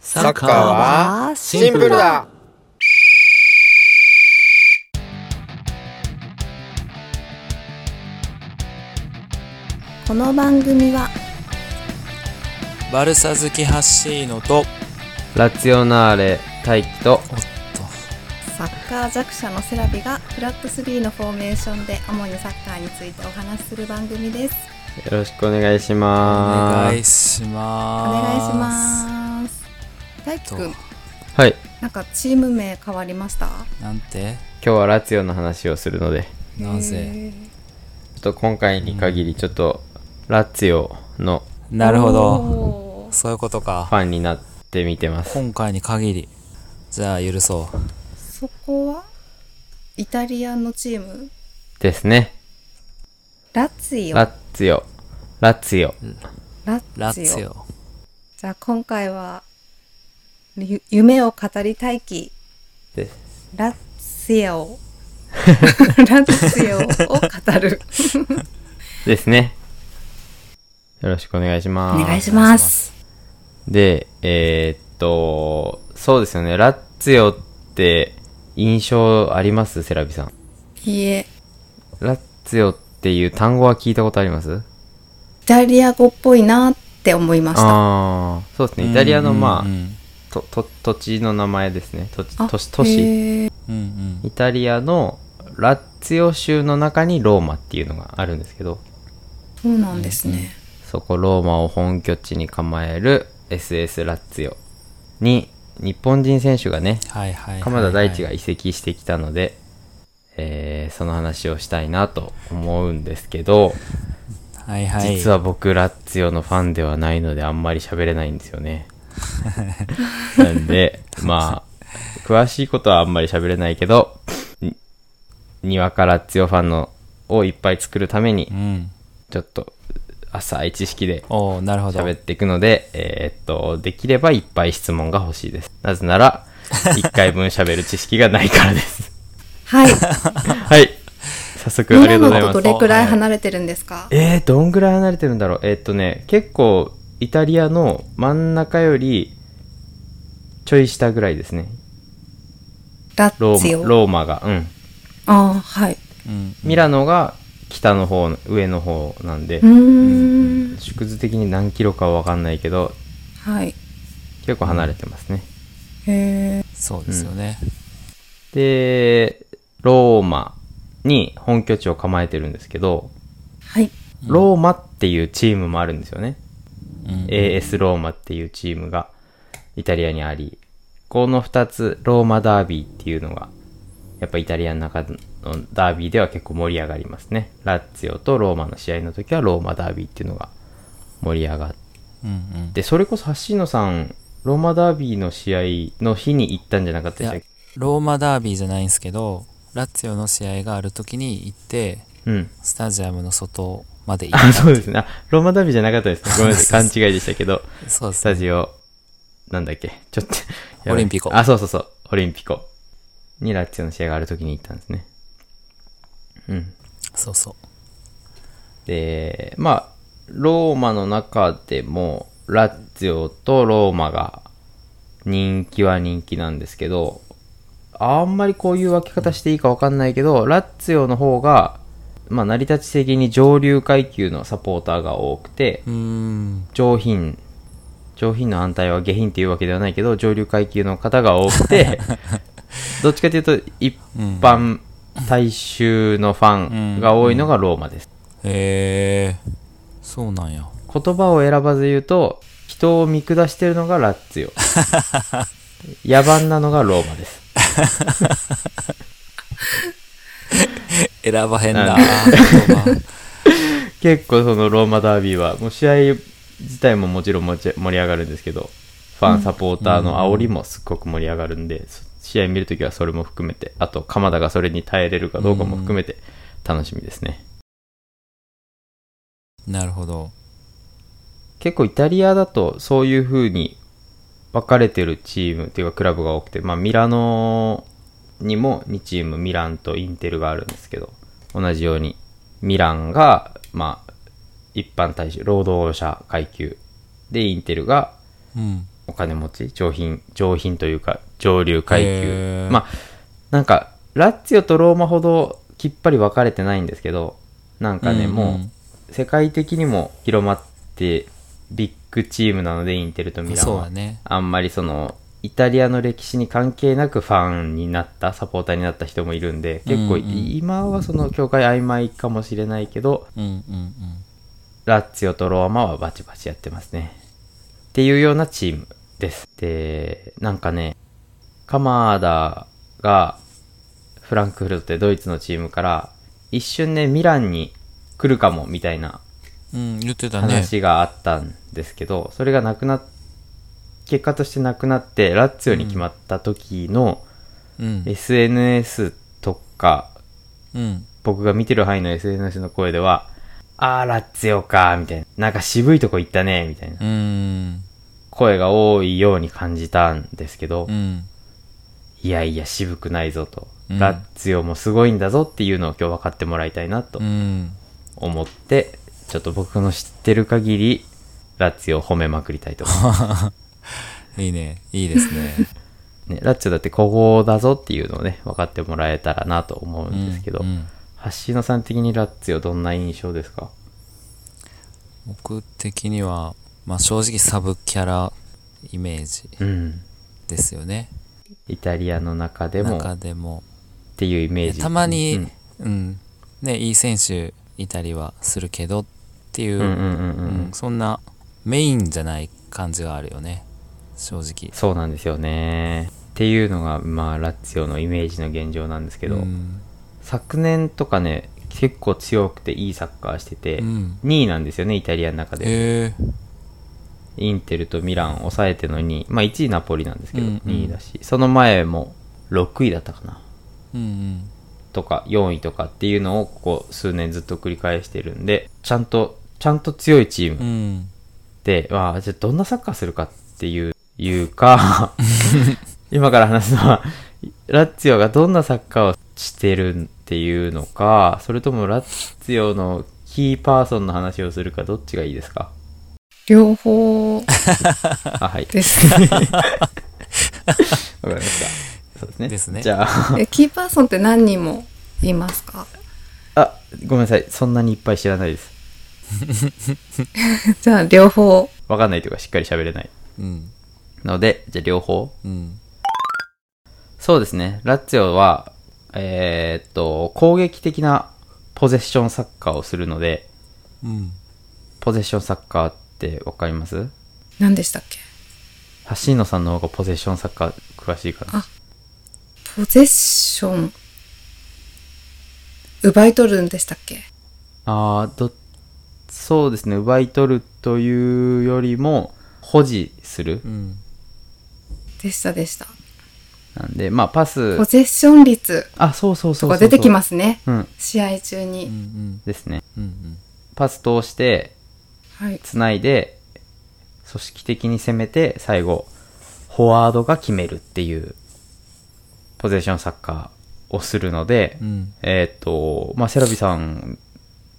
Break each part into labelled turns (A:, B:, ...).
A: サッカーはシンプルだ
B: この番組は
C: バルサ好きハッシーノと
D: ラツィオナーレ大輝と
B: サッカー弱者のセラビがフラット3のフォーメーションで主にサッカーについてお話しする番組です
D: よろしくお願いし
C: お
D: ま
C: 願
D: す
C: いし
B: お願
C: ま
B: い
C: す
B: します大輝くん
D: はい
B: なんかチーム名変わりました
C: なんて
D: 今日はラツィオの話をするので
C: なぜ
D: ちょっと今回に限りちょっとラツィオの
C: なるほど
B: ど
C: そういうこと
D: フ
C: か
D: ァンになってみてます
C: 今回に限りじゃあ許そう
B: そこはイタリアのチーム
D: ですね
B: ラツィオ
D: ラツィオラツィオ
B: ラ
C: ラ
B: ツ
C: ツ
B: ィ
C: ィ
B: オ
C: オ
B: じゃあ今回はゆ夢を語り大輝
D: です
B: ラッセア をラッセアを語る
D: ですねよろしくお願いし
B: お
D: ます
B: 願いします
D: でえーっとそうですよねラツィオって印象ありますセラビさん
B: いいえ
D: ラツィオっていう単語は聞いたことあります
B: イタリア語っぽいなって思いました
D: ああーそうですねイタリアのまあ、
C: うんうん
D: とと土地の名前ですね土地
B: あ
D: 都市都市
B: へー
C: うんうん
D: イタリアのラッツィオ州の中にローマっていうのがあるんですけど
B: そうなんですね
D: そこローマを本拠地に構える SS ラッツィオに日本人選手がね
C: はいはいはいはい
D: 鎌田大地が移籍してきたので、えーその話をしたいなと思うんですけど、
C: はいはい
D: 実は僕ラッツィオのファンではないのであんまり喋れないんですよ ねなんでまあ詳しいことはあんまり喋れないけどににわかラッツィオファンのをいっぱい作るために
C: うん
D: ちょっと浅い知識で
C: おおなるほど
D: 喋っていくので、えーっと、できればいっぱい質問が欲しいです。なぜな ら、1回分喋る知識がないからです。
B: はい
D: はい。早速あ
B: ミ
D: りがと
B: ラ
D: うござ
B: ノ
D: い
B: とど
D: ます。
B: れくらい離れてるんですか
D: えー、どんぐらい離れてるんだろうえーっとね、結構、イタリアの真ん中より、ちょい下ぐらいですね。
B: ラ
D: ロ
B: ッツ
D: ー
B: ィ
D: マ、
B: オ
D: ローマが。うん。
B: あーはい
C: うん
D: ミラノが北の方、上の方なんで
B: う、ーん
D: 縮図的に何キロかはわかんないけど、
B: はい
D: 結構離れてますね。
B: へー
C: そうですよね
D: で、ローマに本拠地を構えてるんですけど、
B: はい
D: ローマっていうチームもあるんですよね。
C: うん
D: AS ローマっていうチームがイタリアにあり、この2つ、ローマダービーっていうのが、やっぱイタリアの中のダービーでは結構盛り上がりますね。ラッツィオとローマの試合の時はローマダービーっていうのが盛り上がっ
C: うんうん
D: て、それこそ橋野さん、ローマダービーの試合の日に行ったんじゃなかった
C: い
D: でし
C: や
D: たっけ
C: ローマダービーじゃないんですけどラッツィオの試合がある時に行って
D: うん。
C: スタジアムの外まで行
D: あ、
C: っ
D: そうですね。あローマダービーじゃなかったですね。ごめんなさい。勘違いでしたけど、
C: たそうで
D: ス
C: す
D: タジオ、なんだっけ、ちょっとやばい、
C: オリンピコ
D: あ、そうそうそう。オリンピコ。にラッツィオの試合がある時に行ったんですね。うん。
C: そうそう
D: で、まあ、ローマの中でも、ラッツィオとローマが人気は人気なんですけど、あんまりこういう分け方していいかわかんないけど、ラッツィオの方が、まあ、成り立ち的に上流階級のサポーターが多くて、
C: うーん
D: 上品上品の反対は下品っていうわけではないけど上流階級の方が多く てどっちかというと一般大衆のファンが多いのがローマです、
C: へえそうなんや
D: 言葉を選ばず言うと人を見下してるのがラッツィオ野蛮なのがローマです
C: 選ばへんな
D: あ 結構そのローマダービーはもう試合自体ももちろんもち盛り上がるんですけどファンサポーターの煽りもすっごく盛り上がるんで、そ試合見るときはそれも含めてあと鎌田がそれに耐えれるかどうかも含めて楽しみですね、
C: なるほど
D: 結構イタリアだとそういう風に分かれてるチームっていうかクラブが多くて、まあ、ミラノにも2チームミランとインテルがあるんですけど同じようにミランが、まあ、一般大衆労働者階級でインテルが
C: うん
D: お金持ち上品上品というか上流階
C: へ
D: 級
C: ー
D: まあなんかラッツィオとローマほどきっぱり分かれてないんですけどなんかね、
C: うんうん
D: もう世界的にも広まってビッグチームなのでインテルとミラン
C: そう
D: は
C: だね。
D: あんまりそのイタリアの歴史に関係なくファンになったサポーターになった人もいるんで結構
C: うんうん
D: 今はその境界曖昧かもしれないけど
C: うんうんうん。
D: ラッツィオとローマはバチバチやってますねっていうようなチームですでなんかねカマーダがフランクフルトってドイツのチームから一瞬ねミランに来るかもみたいな
C: うん、言ってたね。
D: 話があったんですけど、それがなくなっ結果としてなくなってラッツィオに決まった時の
C: うん。
D: SNS とか、
C: うん。
D: 僕が見てる範囲の SNS の声では「あーラッツィオか」みたいな「なんか渋いとこ行ったね」みたいな
C: うん。
D: 声が多いように感じたんですけど、
C: うん。
D: いやいや渋くないぞと、
C: うん
D: ラッツィオもすごいんだぞっていうのを今日分かってもらいたいなと
C: うん。
D: 思って、ちょっと僕の知ってる限りラッツィオを褒めまくりたいと思います。
C: いいね。いいですね。
D: ね、ラッチョだってここだぞっていうのをね、分かってもらえたらなと思うんですけど、
C: うんうん
D: ハッシーノさん的にラッツヨどんな印象ですか
C: 僕的には、まあ正直サブキャライメージ
D: うん。
C: ですよね。
D: イタリアの中でも
C: 中
D: っ
C: でも。
D: ていうイメージ。
C: た
D: う
C: まに
D: ん、
C: うん、ね、いい選手いたりはするけどってい
D: う
C: う、
D: んうんうんうん
C: うんそんなメインじゃない感じがあるよね。正直。
D: そうなんですよね。っていうのが、まあ、ラッツヨのイメージの現状なんですけど、
C: うん。
D: 昨年とかね、結構強くていいサッカーしてて、
C: うん
D: 2位なんですよね、イタリアの中で。
C: へえ
D: インテルとミランを抑えての2位。まあ、1位ナポリなんですけど、
C: うんうん
D: 2位だし、その前も6位だったかな。
C: うん
D: とか4位とかっていうのをここ数年ずっと繰り返してるんでちゃんとちゃんと強いチー
C: うん。う
D: ム
C: ん。
D: で、まあじゃあどんなサッカーするかっていういうか今から話すのはラッツィオがどんなサッカーをしてるっていうのかそれともラッツィオのキーパーソンの話をするかどっちがいいですか
B: 両方
D: あ はい
B: ですね
D: わかりましたそうですね
C: ですね
D: じゃあ
B: えキーパーソンって何人もいますか
D: あごめんなさいそんなにいっぱい知らないです
B: じゃあ両方
D: わかんないというかしっかり喋れない
C: うん。
D: のでじゃあ両方
C: うん。
D: そうですね。ラッツィオは、えーっと、攻撃的なポゼッションサッカーをするので、
C: うん。
D: ポゼッションサッカーってわかります
B: 何でしたっけ
D: 橋野さんの方がポゼッションサッカー詳しいか
B: あポゼッション奪い取るんでしたっけ
D: な。あーど、そうですね。奪い取るというよりも、保持する
C: う。ん。
B: でしたでした
D: なんで、まあ、パス
B: ポ、ゼッション率
D: あ、そうそうそ
B: と
D: うそ
B: か
D: うそう。
B: 出てきますね
D: す。うん。
B: 試合中に、
C: うんうん。
D: ですね。
C: うんうん。
D: パス通して、
B: はい
D: つないで、組織的に攻めて、最後、フォワードが決めるっていう、ポゼーションサッカーをするので、
C: うん
D: えーっと、まあ、セラビさん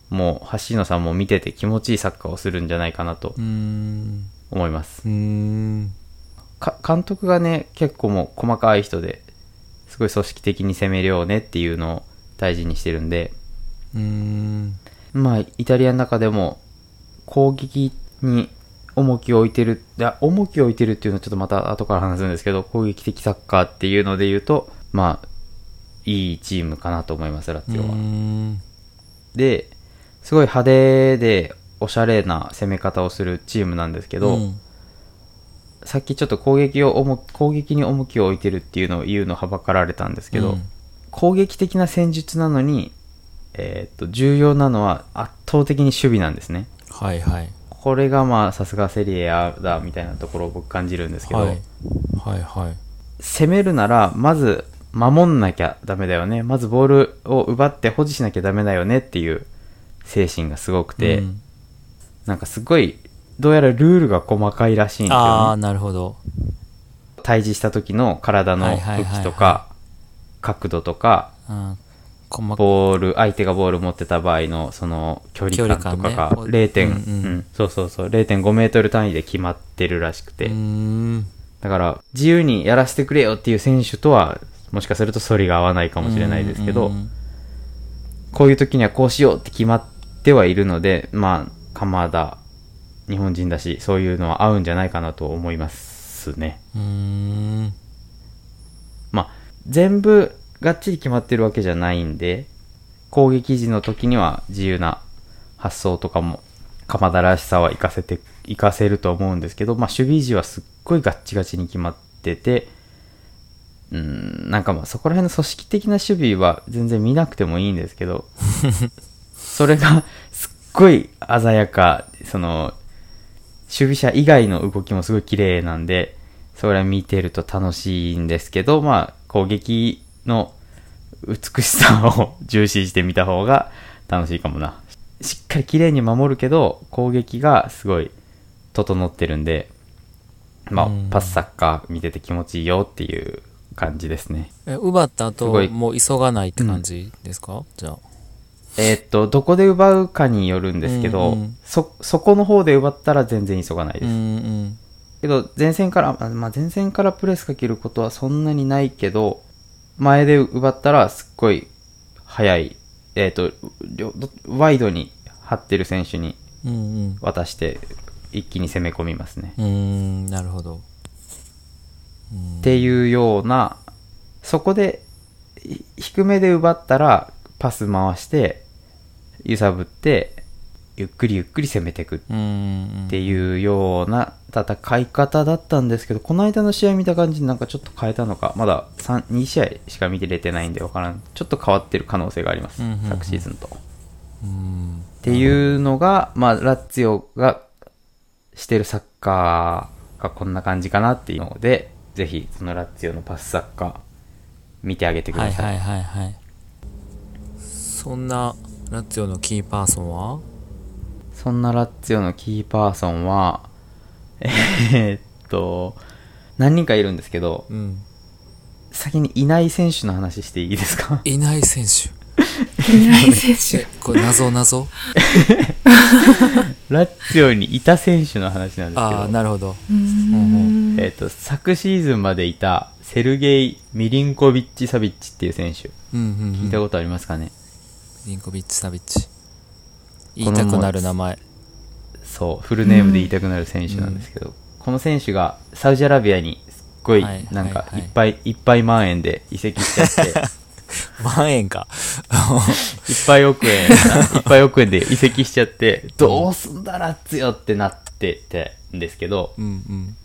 D: も、橋野さんも見てて気持ちいいサッカーをするんじゃないかなと
C: うーん。
D: 思います。
C: うーん。
D: か監督がね、結構もう細かい人で、すごい組織的に攻めるよねっていうのを大事にしてるんで、
C: うーん。
D: まあ、イタリアの中でも攻撃に重きを置いてる、いや、重きを置いてるっていうのはちょっとまた後から話すんですけど、攻撃的サッカーっていうので言うと、まあ、いいチームかなと思います、ラッツィオ
C: うー
D: は。
C: ん
D: で、すごい派手で、おしゃれな攻め方をするチームなんですけど、
C: うん
D: さっきちょっと攻撃を重攻撃に重きを置いてるっていうのを言うのはばかられたんですけど、
C: うん
D: 攻撃的な戦術なのに、えーっと重要なのは圧倒的に守備なんですね。
C: はいはい。
D: これがまあさすがセリエ A だみたいなところを僕感じるんですけど、
C: はい。はいはい。
D: 攻めるならまず守んなきゃダメだよねまずボールを奪って保持しなきゃダメだよねっていう精神がすごくて、
C: うん
D: なんかすごいどうやらルールが細かいらしいんです
C: あ
D: よ
C: あ、
D: ね
C: なるほど。
D: 対峙した時の体の
C: はいはいはい
D: 向
C: はい
D: きとか角度とか
C: うん細か
D: ボール、相手がボール持ってた場合の、その距離感とかが
C: 距離感ね
D: 0点、
C: うんうん
D: うんそうそうそう、0.5メートル単位で決まってるらしくて、
C: うーん
D: だから、自由にやらせてくれよっていう選手とは、もしかすると反りが合わないかもしれないですけど、
C: うんうん
D: こういう時にはこうしようって決まってはいるので、まあ、鎌田、日本人だし、そういうのは合うんじゃないかなと思いますね。
C: うーん
D: まあ、全部がっちり決まってるわけじゃないんで、攻撃時の時には自由な発想とかも、鎌田らしさは活かせて、活かせると思うんですけど、まあ、守備時はすっごいガッチガチに決まってて、うん、なんかまあそこら辺の組織的な守備は全然見なくてもいいんですけど、それがすっごい鮮やか、その、守備者以外の動きもすごい綺麗なんで、それは見てると楽しいんですけど、まあ、攻撃の美しさを重視してみた方が楽しいかもな。しっかり綺麗に守るけど、攻撃がすごい整ってるんで、まあ
C: うん、
D: パスサッカー見てて気持ちいいよっていう感じですね。
C: え奪った後
D: すごい
C: もう急がないって感じですか、じゃあ
D: えーっと、どこで奪うかによるんですけど、
C: うんうん
D: そ、そこの方で奪ったら全然急がないで
C: う
D: す。
C: んうん
D: けど、前線から、あまあ、前線からプレスかけることはそんなにないけど、前で奪ったらすっごい速い、えーっと、両どワイドに張ってる選手に
C: うん
D: 渡して、一気に攻め込みますね。
C: うんうーんなるほど
D: っていうような、そこで、い低めで奪ったら、パス回して、揺さぶって、ゆっくりゆっくり攻めていくっ
C: うーん
D: ていうような戦い方だったんですけど、この間の試合見た感じになんかちょっと変えたのか、まだ3 2試合しか見てれてないんでわからん。ちょっと変わってる可能性があります
C: うんうんう。ん
D: 昨シーズンと。っ
C: うん
D: ていうのが、まあ、ラッツィオがしてるサッカーがこんな感じかなっていうので、ぜひそのラッツィオのパスサッカー見てあげてく
C: は
D: だ
C: い
D: さい。
C: はいはいはいそんなラッツィオのキーパーソンは
D: そんなラッツィオのキーパーソンは、えーっと、何人かいるんですけど、
C: うん
D: 先にいない選手の話していいですか
C: いない選手
B: いない選
C: えこれ謎謎
D: ラッツィオにいた選手の話なんですけど、
C: ああなるほど
B: 手。うーん。
D: えーっと、昨シーズンまでいたセルゲイ・ミリンコビッチ・サビッチっていう選手、
C: うんうん、うん、
D: 聞いたことありますかね、
C: リンコビッチ・サビッチ言いたくなる名 前
D: そう、フルネームで言いたくなる選手なんですけど、この選手がサウジアラビアにすっごい
C: はい、
D: なんか
C: はいい
D: っぱいいっぱい万円で移籍しちゃ って、
C: 万円か
D: いっぱい億円、いっぱい億円で移籍しちゃって、どうすんだらっつよってなっててんですけど、
C: うんうん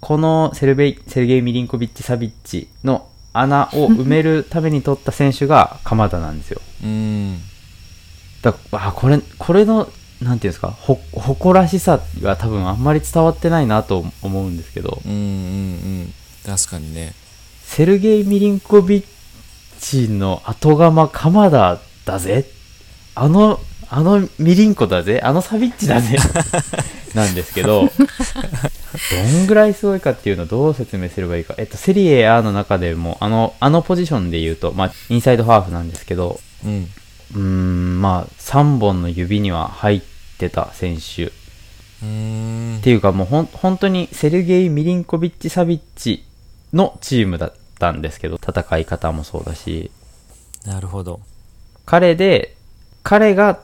D: このセルベイセルゲイ・ミリンコビッチ・サビッチの穴を埋めるために取った選手が鎌田なんですよ。
C: うん
D: だあ、これ、これの、なんていうんですか、ほ、誇らしさが多分あんまり伝わってないなと思うんですけど、
C: うんうんうん確かにね
D: セルゲイ・ミリンコビッチの後釜鎌田だぜ。あの、あのミリンコだぜ。あのサビッチだぜ。なんですけど、どんぐらいすごいかっていうのをどう説明すればいいか。えっと、セリエ A の中でも、あの、あのポジションで言うと、まあ、インサイドハーフなんですけど、
C: うん
D: うーん、まあ、3本の指には入ってた選手
C: うーん
D: っていうかもうほん本当にセルゲイ・ミリンコビッチ・サビッチのチームだったんですけど戦い方もそうだし
C: なるほど
D: 彼で彼が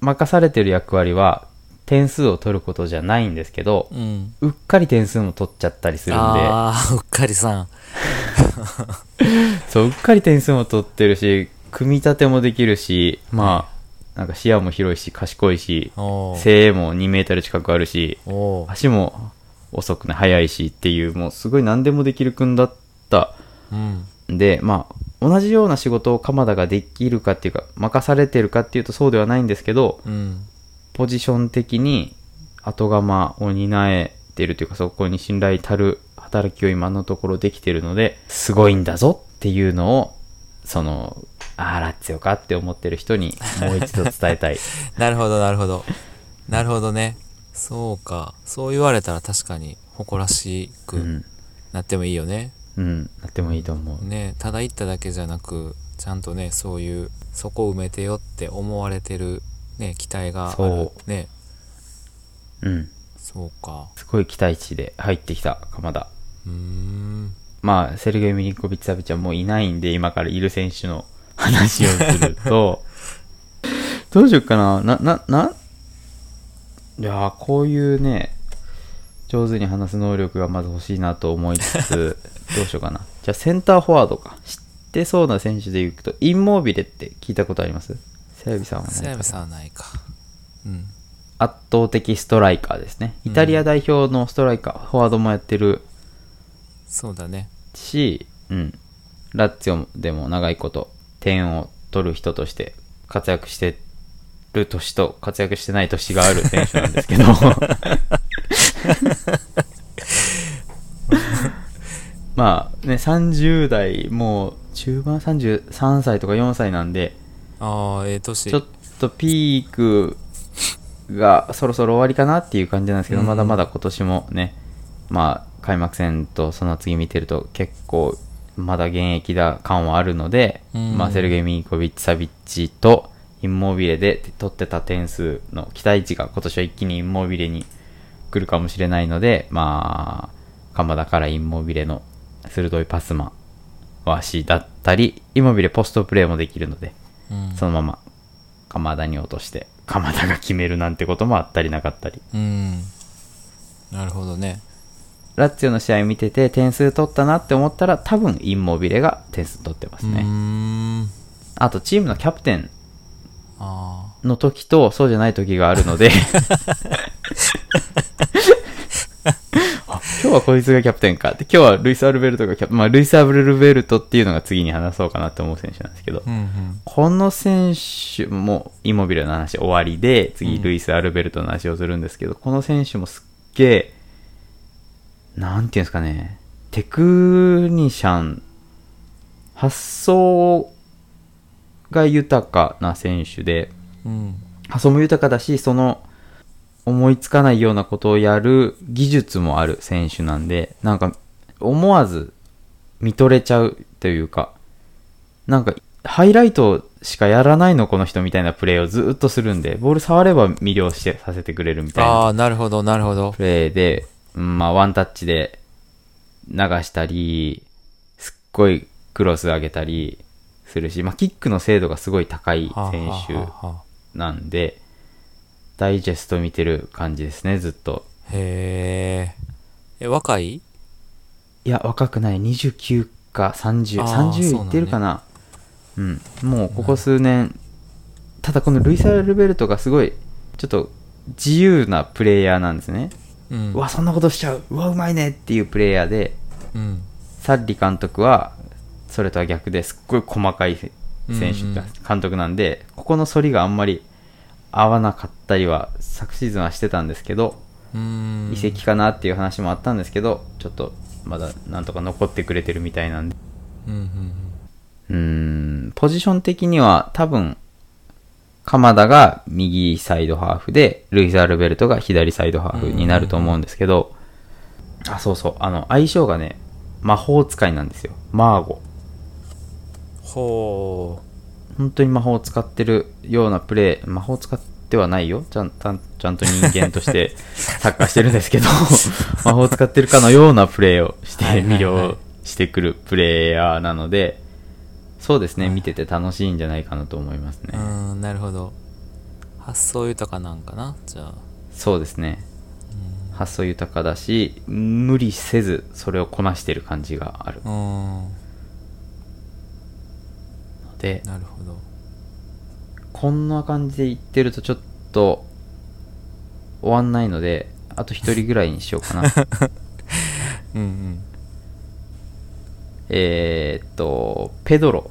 D: 任されてる役割は点数を取ることじゃないんですけど
C: うん
D: うっかり点数も取っちゃったりするんで
C: ああうっかりさん
D: そううっかり点数も取ってるし組み立てもできるしまあなんか視野も広いし賢いし
C: おー
D: 背も2メートル近くあるし
C: おー
D: 足も遅くね速いしっていうもうすごい何でもできる君だった
C: うん
D: んでまあ同じような仕事を鎌田ができるかっていうか任されてるかっていうとそうではないんですけど
C: うん
D: ポジション的に後釜を担えてるというかそこに信頼たる働きを今のところできてるのですごいんだぞっていうのをそのああラッツよかって思ってる人にもう一度伝えたい
C: なるほどなるほどなるほどねそうかそう言われたら確かに誇らし
D: う
C: く
D: ん
C: なってもいいよね、
D: うん、なってもいいと思う。
C: ねただ行っただけじゃなくちゃんとねそういうそこを埋めてよって思われてる、ね、期待がある
D: そ
C: ね
D: うん。
C: そうか
D: すごい期待値で入ってきた、鎌田。
C: うーん
D: まあ、セルゲイ・ミリンコビッチ・サビッチはもういないんで、今からいる選手の話をする と、どうしようかな。な、な、な、いやーこういうね、上手に話す能力がまず欲しいなと思いつ つ、どうしようかな。じゃあ、センターフォワードか。知ってそうな選手でいくと、インモービレって聞いたことありますセラビさんは
C: 瀬
D: ね、
C: 谷さんはないかうん
D: 圧倒的ストライカーですね。イタリア代表のストライカー、フォワードもやってる
C: そうだね
D: し、うん、ラッツィオでも長いこと点を取る人として活躍してる年と活躍してない年がある選手なん ですけどまあね30代もう中盤33歳とか4歳なんで
C: ああええ年
D: ちょっとピークがそろそろ終わりかなっていう感じなんですけど、
C: うん
D: まだまだ今年もね、まあ、開幕戦とその次見てると結構まだ現役だ感はあるので、
C: うん
D: まあ、セルゲイ・ミニコビッチ・サビッチとインモービレで取ってた点数の期待値が今年は一気にインモービレに来るかもしれないので、まあ、鎌田からインモービレの鋭いパスマン、ワシだったり、インモービレポストプレーもできるので、
C: うん
D: そのまま鎌田に落として鎌田が決めるなんてこともあったりなかったり
C: うんなるほどね
D: ラッツィオの試合見てて点数取ったなって思ったら多分インモビレが点数取ってます
C: うー
D: ね、
C: ん
D: あとチームのキャプテン
C: あ
D: の時とそうじゃない時があるの であ今日はこいつがキャプテンかって今日はルイス・アルベルトがキャプまあ、ルイス・アルベルトっていうのが次に話そうかなって思う選手なんですけど、
C: あうんうん
D: この選手もイモビルの話終わりで次ルイス・アルベルトの話をするんですけど、この選手もすっげえなんていうんですかねテクニシャン発想が豊かな選手で
C: うん
D: 発想も豊かだしその思いつかないようなことをやる技術もある選手なんでなんか思わず見とれちゃうというかなんかハイライトしかやらないのこの人みたいなプレーをずっとするんでボール触れば魅了してさせてくれるみたいな
C: ああなるほどなるほど
D: プレーで、うんまあ、ワンタッチで流したり、すっごいクロス上げたりするし、まあ、キックの精度がすごい高い
C: はあ
D: 選
C: はあはあ
D: 手なんで、ダイジェスト見てる感じですね、ずっと。
C: へええ若い
D: いや、若くない。29か30、
C: あー
D: 30いってるかな。うん。もうここ数年、ただこのルイサ・ルベルトがすごい、ちょっと自由なプレイヤーなんですね。
C: うん
D: うわ、そんなことしちゃう。うわ、うまいねっていうプレイヤーで、
C: うん
D: サッリ監督はそれとは逆ですっごい細かい選手、
C: うんうん
D: 監督なんでここの反りがあんまり合わなかったりは昨シーズンはしてたんですけど
C: うん
D: 移籍かなっていう話もあったんですけど、ちょっとまだなんとか残ってくれてるみたいなんで
C: うんうんうん
D: うーんポジション的には多分鎌田が右サイドハーフでルイス・アルベルトが左サイドハーフになると思うんですけど、あそうそうあの相性がね魔法使いなんですよマーゴ
C: ほ
D: 本当に魔法を使ってるようなプレー魔法を使ってはないよちゃんたんちゃんと人間として サッカーしてるんですけど 魔法を使ってるかのようなプレーをして
C: はいはいは
D: 魅
C: い
D: 了してくるプレイヤーなのでそうですね見てて楽しいんじゃないかなと思います
C: うう
D: ね
C: んなるほど発想豊かなんかなじゃあ
D: そうですね発想豊かだし無理せずそれをこなしてる感じがある
C: う
D: の
C: ん
D: で
C: なるほど
D: こんな感じで言ってるとちょっと終わんないのであと一人ぐらいにしようかな
C: うんうん
D: えーっと、ペドロ。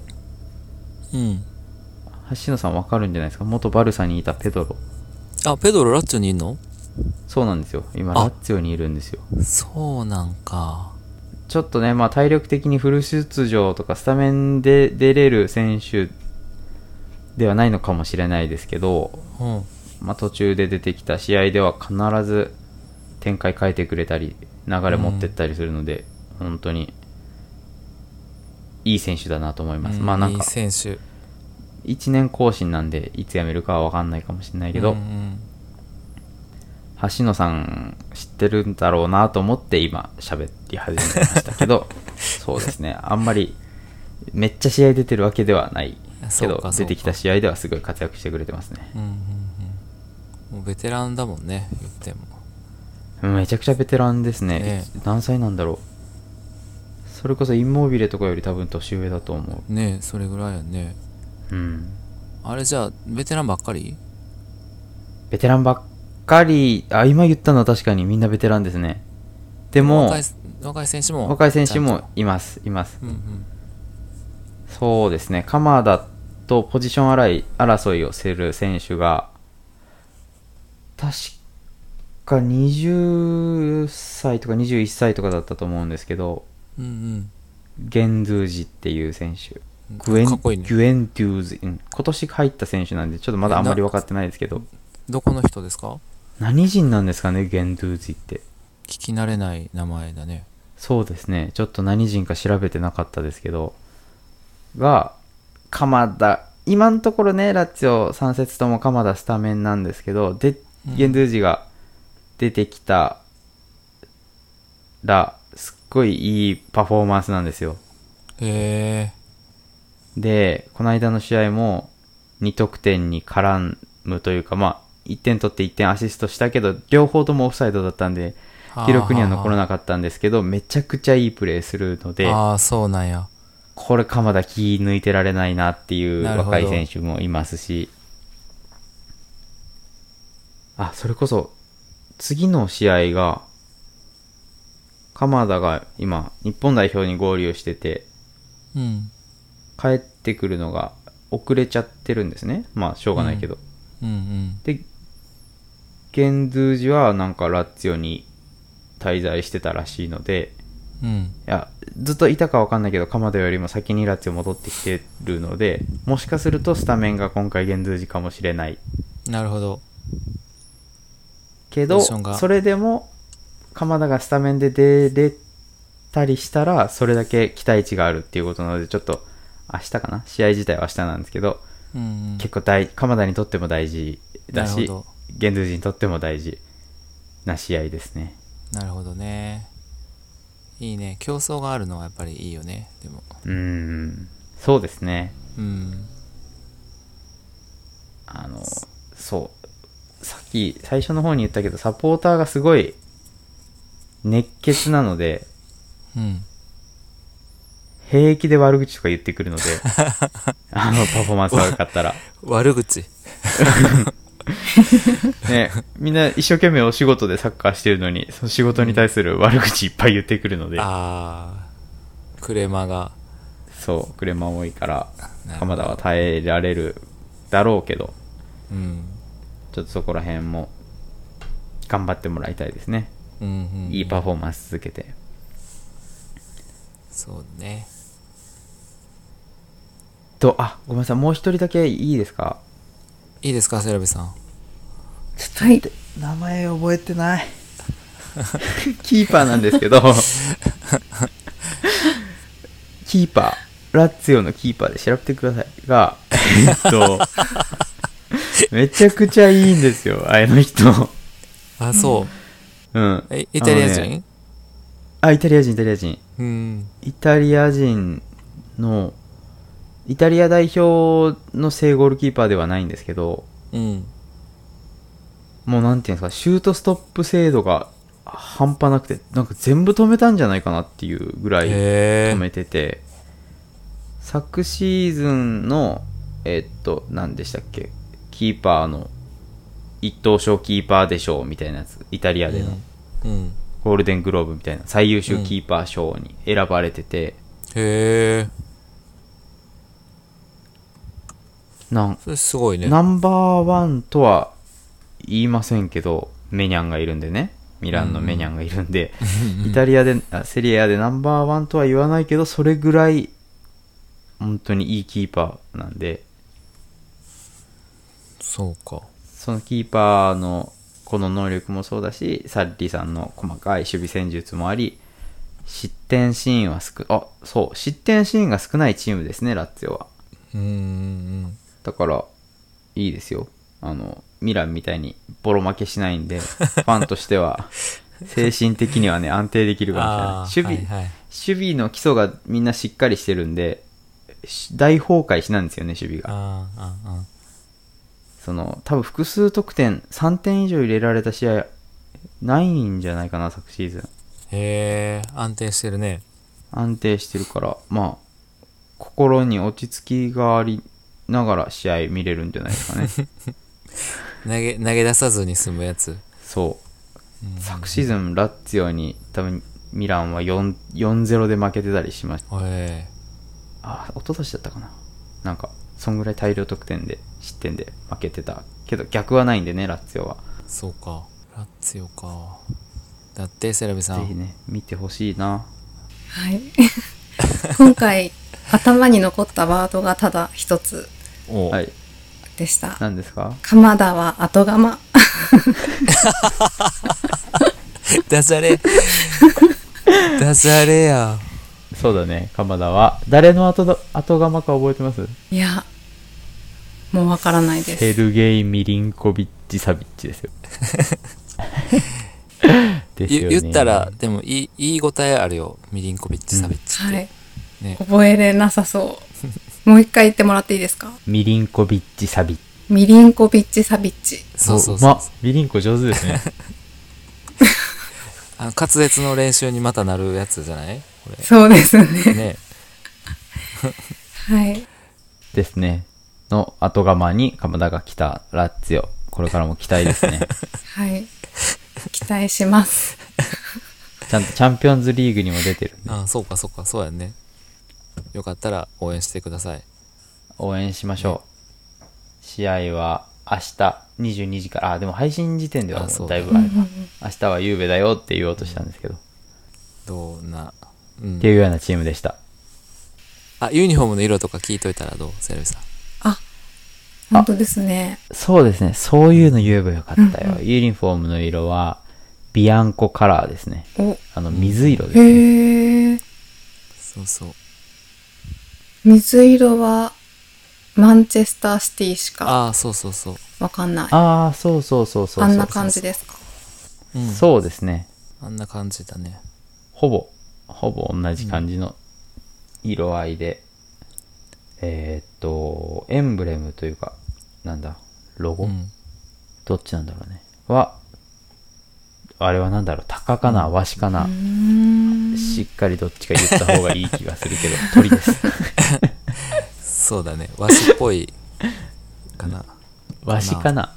C: うん
D: 橋野さんわかるんじゃないですか元バルサにいたペドロ。
C: あペドロラッチョにいんの
D: そうなんですよ。今、
C: あ
D: ラッツィオにいるんですよ。
C: そうなんか
D: ちょっとね、まあ体力的にフル出場とかスタメンで出れる選手ではないのかもしれないですけど、
C: うん
D: まあ途中で出てきた試合では必ず展開変えてくれたり、流れ持ってったりするので、本当にいい選手だなと思います。
C: うん
D: まあないん
C: い
D: か、
C: 選手
D: 1年更新なんで、いつ辞めるかは分かんないかもしれないけど、
C: うんうん
D: 橋野さん知ってるんだろうなと思って今喋り始めましたけ どそうですねあんまりめっちゃ試合出てるわけではないけ
C: そう
D: ど
C: かそ
D: 出
C: うか
D: てきた試合ではすごい活躍してくれてますね
C: うんうんうんもうベテランだもんね言っても
D: めちゃくちゃベテランですね
C: ね
D: 何歳なんだろうそれこそインモービレとかより多分年上だと思
C: ねえそれぐらいやね
D: ううん
C: あれじゃあベテランばっかり
D: ベテランばっかりあ今言ったのは確かにみんなベテランですねでも
C: 若い若い選手も
D: 若い選手
C: ちゃん
D: も
C: と
D: いますいます
C: うんうん
D: そうですね、鎌田とポジション争い争いをする選手が、確か20歳とか21歳とかだったと思うんですけど、
C: うんうん
D: ゲンドゥージっていう選手。
C: うん
D: グエン
C: かっこいいね
D: グエンドゥージ、うん今年入った選手なんで、ちょっとまだあんまり分かってないですけど、
C: どこの人ですか
D: 何人なんですかね、ゲンドゥージって。
C: 聞き慣れない名前だね
D: そうですね、ちょっと何人か調べてなかったですけど、が、鎌田、今のところね、ラッツィオ3節とも鎌田スタメンなんですけど、で、
C: うん
D: ゲンドゥージが出てきたら、すっごいいいパフォーマンスなんですよ。
C: へえ
D: で、この間の試合も2得点に絡むというか、まあ、1点取って1点アシストしたけど、両方ともオフサイドだったんで、記録には残ら
C: ない
D: なかったんですけど、めちゃくちゃいいプレーするので、
C: ああそうなんや
D: これ鎌田気抜いてられないなっていう
C: なるほど
D: 若い選手もいますし、あ、それこそ、次の試合が、鎌田が今、日本代表に合流してて、
C: うん
D: 帰ってくるのが遅れちゃってるんですね。まあ、しょうがないけど。
C: うんうん
D: で、ゲンドゥージはなんかラッツィオに滞在してたらしいので、
C: うん
D: いや、ずっといたかわかんないけど、鎌田よりも先にラッツィオ戻ってきてるので、もしかするとスタメンが今回ゲンドゥージかもしれない
C: なるほど
D: け
C: ポ
D: ど、
C: ジションが
D: それでも、鎌田がスタメンで出れたりしたら、それだけ期待値があるっていうことなので、ちょっと、明日かな試合自体は明日なんですけど、
C: うんうん
D: 結構大、鎌田にとっても大事だ
C: なる
D: し
C: ほど、
D: ゲンドゥージにとっても大事な試合ですね。
C: なるほどねいいね競争があるのはやっぱりいいよねでも
D: うーん、そうですね。
C: うん
D: あの、そう。さっき、最初の方に言ったけど、サポーターがすごい、熱血なので、
C: うん
D: 平気で悪口とか言ってくる ので、あの、パフォーマンス悪かったら。
C: 悪口
D: ね、みんな一生懸命お仕事でサッカーしてるのに、その仕事に対する悪口いっぱい言ってくるので、
C: ああクレマが
D: そう、クレマ多いから
C: なるほ
D: 鎌
C: ど、
D: 田は耐えられるだろうけど、
C: うん
D: ちょっとそこら辺も、頑張ってもらいたいですね。
C: うんうん
D: いいパフォーマンス続けて。
C: そうね
D: と、あ、ごめんなさい、もう一人だけいいですか
C: いいですかセラビさん
B: ちょっと待って
E: 名前覚えてない
D: キーパーなんですけど、キーパー、ラッツィオのキーパーで調べてくださいが、えっと、めちゃくちゃいいんですよ、あの人。
C: あそう、
D: うん。
C: えイタリア
D: あのね
C: 人
D: あ、イタリア人、イタリア人。
C: うん
D: イタリア人の、イタリア代表の正ゴールキーパーではないんですけど、
C: うん
D: もうなんていうんですか、シュートストップ精度が半端なくて、なんか全部止めたんじゃないかなっていうぐらい。
C: へえ
D: 止めてて、昨シーズンの、えっと、何でしたっけ、キーパーの、一等賞キーパーでしょうみたいなやつ、イタリアでの、
C: うん
D: ゴールデングローブみたいな、最優秀キーパー賞に選ばれてて、
C: へえ
D: なん
C: それすごいね
D: ナンバーワンとは言いませんけど、メニャンがいるんでね、ミランのメニャンがいるんで、イタリアで、あセリエ A でナンバーワンとは言わないけど、それぐらい、本当にいいキーパーなんで、
C: そうか
D: そのキーパーのこの能力もそうだし、サッリさんの細かい守備戦術もあり、失点シーンは少、あ、そう、失点シーンが少ないチームですね、ラッツィオは。
C: うんうん
D: だから、いいですよ。あの、ミランみたいにボロ負けしないん で、ファンとしては、精神的にはね、安定でき
C: う
D: る
C: ん。
D: か
C: あ
D: も
C: あ
D: しれない。守備、
C: はいはい
D: 守備の基礎がみんなしっかりしてるんで、し大崩壊しないんですよね、守備が。
C: ああああ
D: その、多分複数得点、3点以上入れられた試合、ないんじゃないかな、昨シーズン。
C: へえ安定してるね
D: 安定してるから、まあ、心に落ち着きがありながら試合見れるんじゃないですかね。
C: 投げ投げ出さずに済むやつ
D: そう。昨シーズン、ラッツィオに多分ミランは4 4-0で負けてたりしました。
C: へえ
D: あ、一昨年だったかな。なんか、そんぐらい大量得点で、失点で負けてた。けど逆はないんでね、ラッツィオは。
C: そうかラッツィオかだってセラビさ
D: ぜひ
C: ん
D: ね、見てほしいな。
B: はい。 今回、頭に残ったワードがただ一つ
C: お
D: はい。
B: でした。
D: 何ですか
B: 鎌田は後釜。
C: ダジ ャレダジャレや
D: そうだね、鎌田は。誰の後だ後釜か覚えてます
B: いや、もうわからないです。
D: ヘルゲイ・ミリンコビッチ・サビッチ ですよ。ですよ
C: ゆ
D: ね
C: 言ったら、でもいいいい答えあるよミリンコビッチ・サビッチって、
B: はい。
C: ね
B: 覚えれなさそう。もう一回言ってもらっていいですか
D: ミリンコビッチ・サビッチ。
B: ミリンコビッチ・サビッチ。
C: そうそうそう
D: ま、ミリンコ上手ですね。
C: あの滑舌の練習にまたなるやつじゃないこ
B: そうですね。
C: れね
B: はい。
D: ですね。の後釜に鎌田が来たラッツィオ。これからも期待ですね。
B: はい。期待します。
D: ちゃんとチャンピオンズリーグにも出てるんで、
C: あそうかそうかそうやねよかったら応援してください
D: 応援しましょう。試合は明日22時から、あ、でも配信時点では
C: あそ
D: もう
C: うだ
D: だいぶあれか。明日は夕べだよって言おうとしたんですけど。っ
C: どうな、うん
D: て、いうようなチームでした。
C: あユニフォームの色とか聞いといたらどうセラビさん
B: あ、本当ですね。
D: そうですね。そういうの言えばよかったよ。ユニフォームの色は、ビアンコカラーですね。
B: お、
D: あの、水色ですね。
B: へえ。
C: そうそう
B: 水色は、マンチェスターシティしか
C: ああそうそうそう
B: わかんない。
D: ああ、そうそうそうそうそう。
B: あんな感じですか。
C: うん
D: そうですね。
C: あんな感じだね
D: ほぼ、ほぼ同じ感じの色合いで、えーっと、エンブレムというか、なんだ、ロゴ、
C: うん
D: どっちなんだろうね。は、あれはなんだろう、タカかな、ワシかな、しっかりどっちか言った方がいい気がするけど、鳥です。
C: そうだね和紙っぽい かな
D: ワシかな。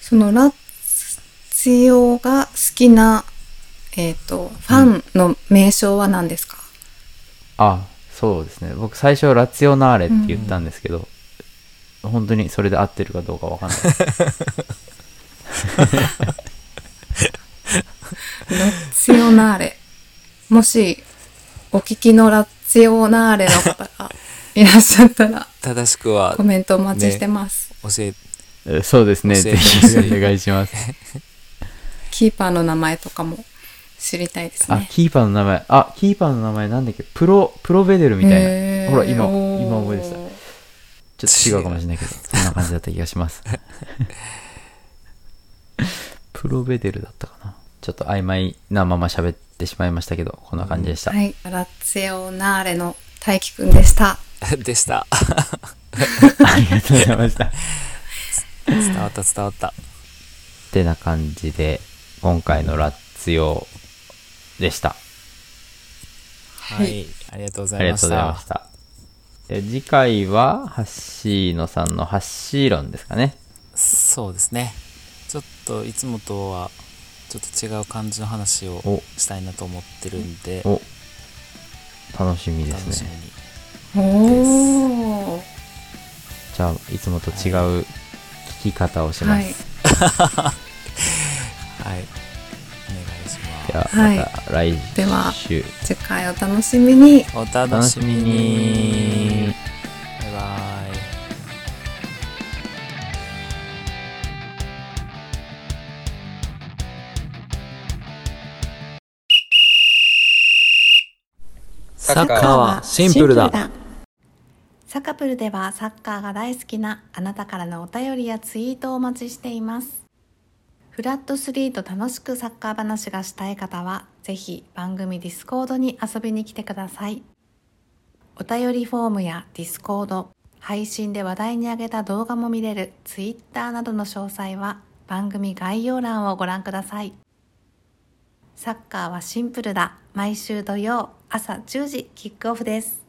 B: そのラッツオが好きな、えっ、と、ファンの名称は何ですか、
D: あ、そうですね。僕最初、ラツィオナーレって言ったんですけど、本当にそれで合ってるかどうかわかんない。
B: ラッツィオナーレ。もし、お聞きのラッツィオナーレの方がいらっしゃった ら、
C: 正しくは
B: コ
C: 教
B: メントお待ちしてます。
C: え
D: えそうですね。
C: 教え
D: ぜ
C: てほしい
D: ひお願いします。
B: キーパーの名前とかも知りたいです
D: あ、
B: ね。
D: キーパーの名前。あ、キーパーの名前なんだっけプロ、プロベデルみたい
B: へ
D: な。
B: ー
D: ほら、今、今覚えてた。ちょっと違うかもしれない けど、そんな感じだった気がし ます。プロベデルだったかな。ちょっと曖昧なまま喋ってしまいましたけど、こんな感じでした。
B: はい。ラッツィオナーレの大輝くんでした。
C: ーでした
D: ありがとうございました。っ
C: 伝わった伝わった
D: てな感じで、今回のラッツ用でした。
C: はいいありがとうござ
D: あり
C: い
D: が
C: ま
D: と
C: し
D: うござい
C: た
D: ました。え次回は、ハッシーノさんのハッシー論ですかね。
C: そうですねちょっといつもとはちょっと違う感じの話を
D: お
C: したいなと思ってるんで
D: お楽しみで
C: 楽
D: す
C: しみ
D: ね
C: に
B: おー。
D: じゃあいつもと違う聞き方をします、
B: はい
C: はいお願いし
D: では
B: はい
D: また来
B: では
D: 週、
B: 次回お楽しみに。
C: ますお楽
D: 楽
C: し
D: し
C: み
D: み
C: に
D: に
C: バイバイ
A: サッカーはシンプルだ。
B: サカプルではサッカーが大好きなあなたからのお便りやツイートをお待ちしています。フラット3と楽しくサッカー話がしたい方は、ぜひ番組ディスコードに遊びに来てください。お便りフォームやディスコード、配信で話題に上げた動画も見れるツイッターなどの詳細は番組概要欄をご覧ください。サッカーはシンプルだ。毎週土曜朝10時キックオフです。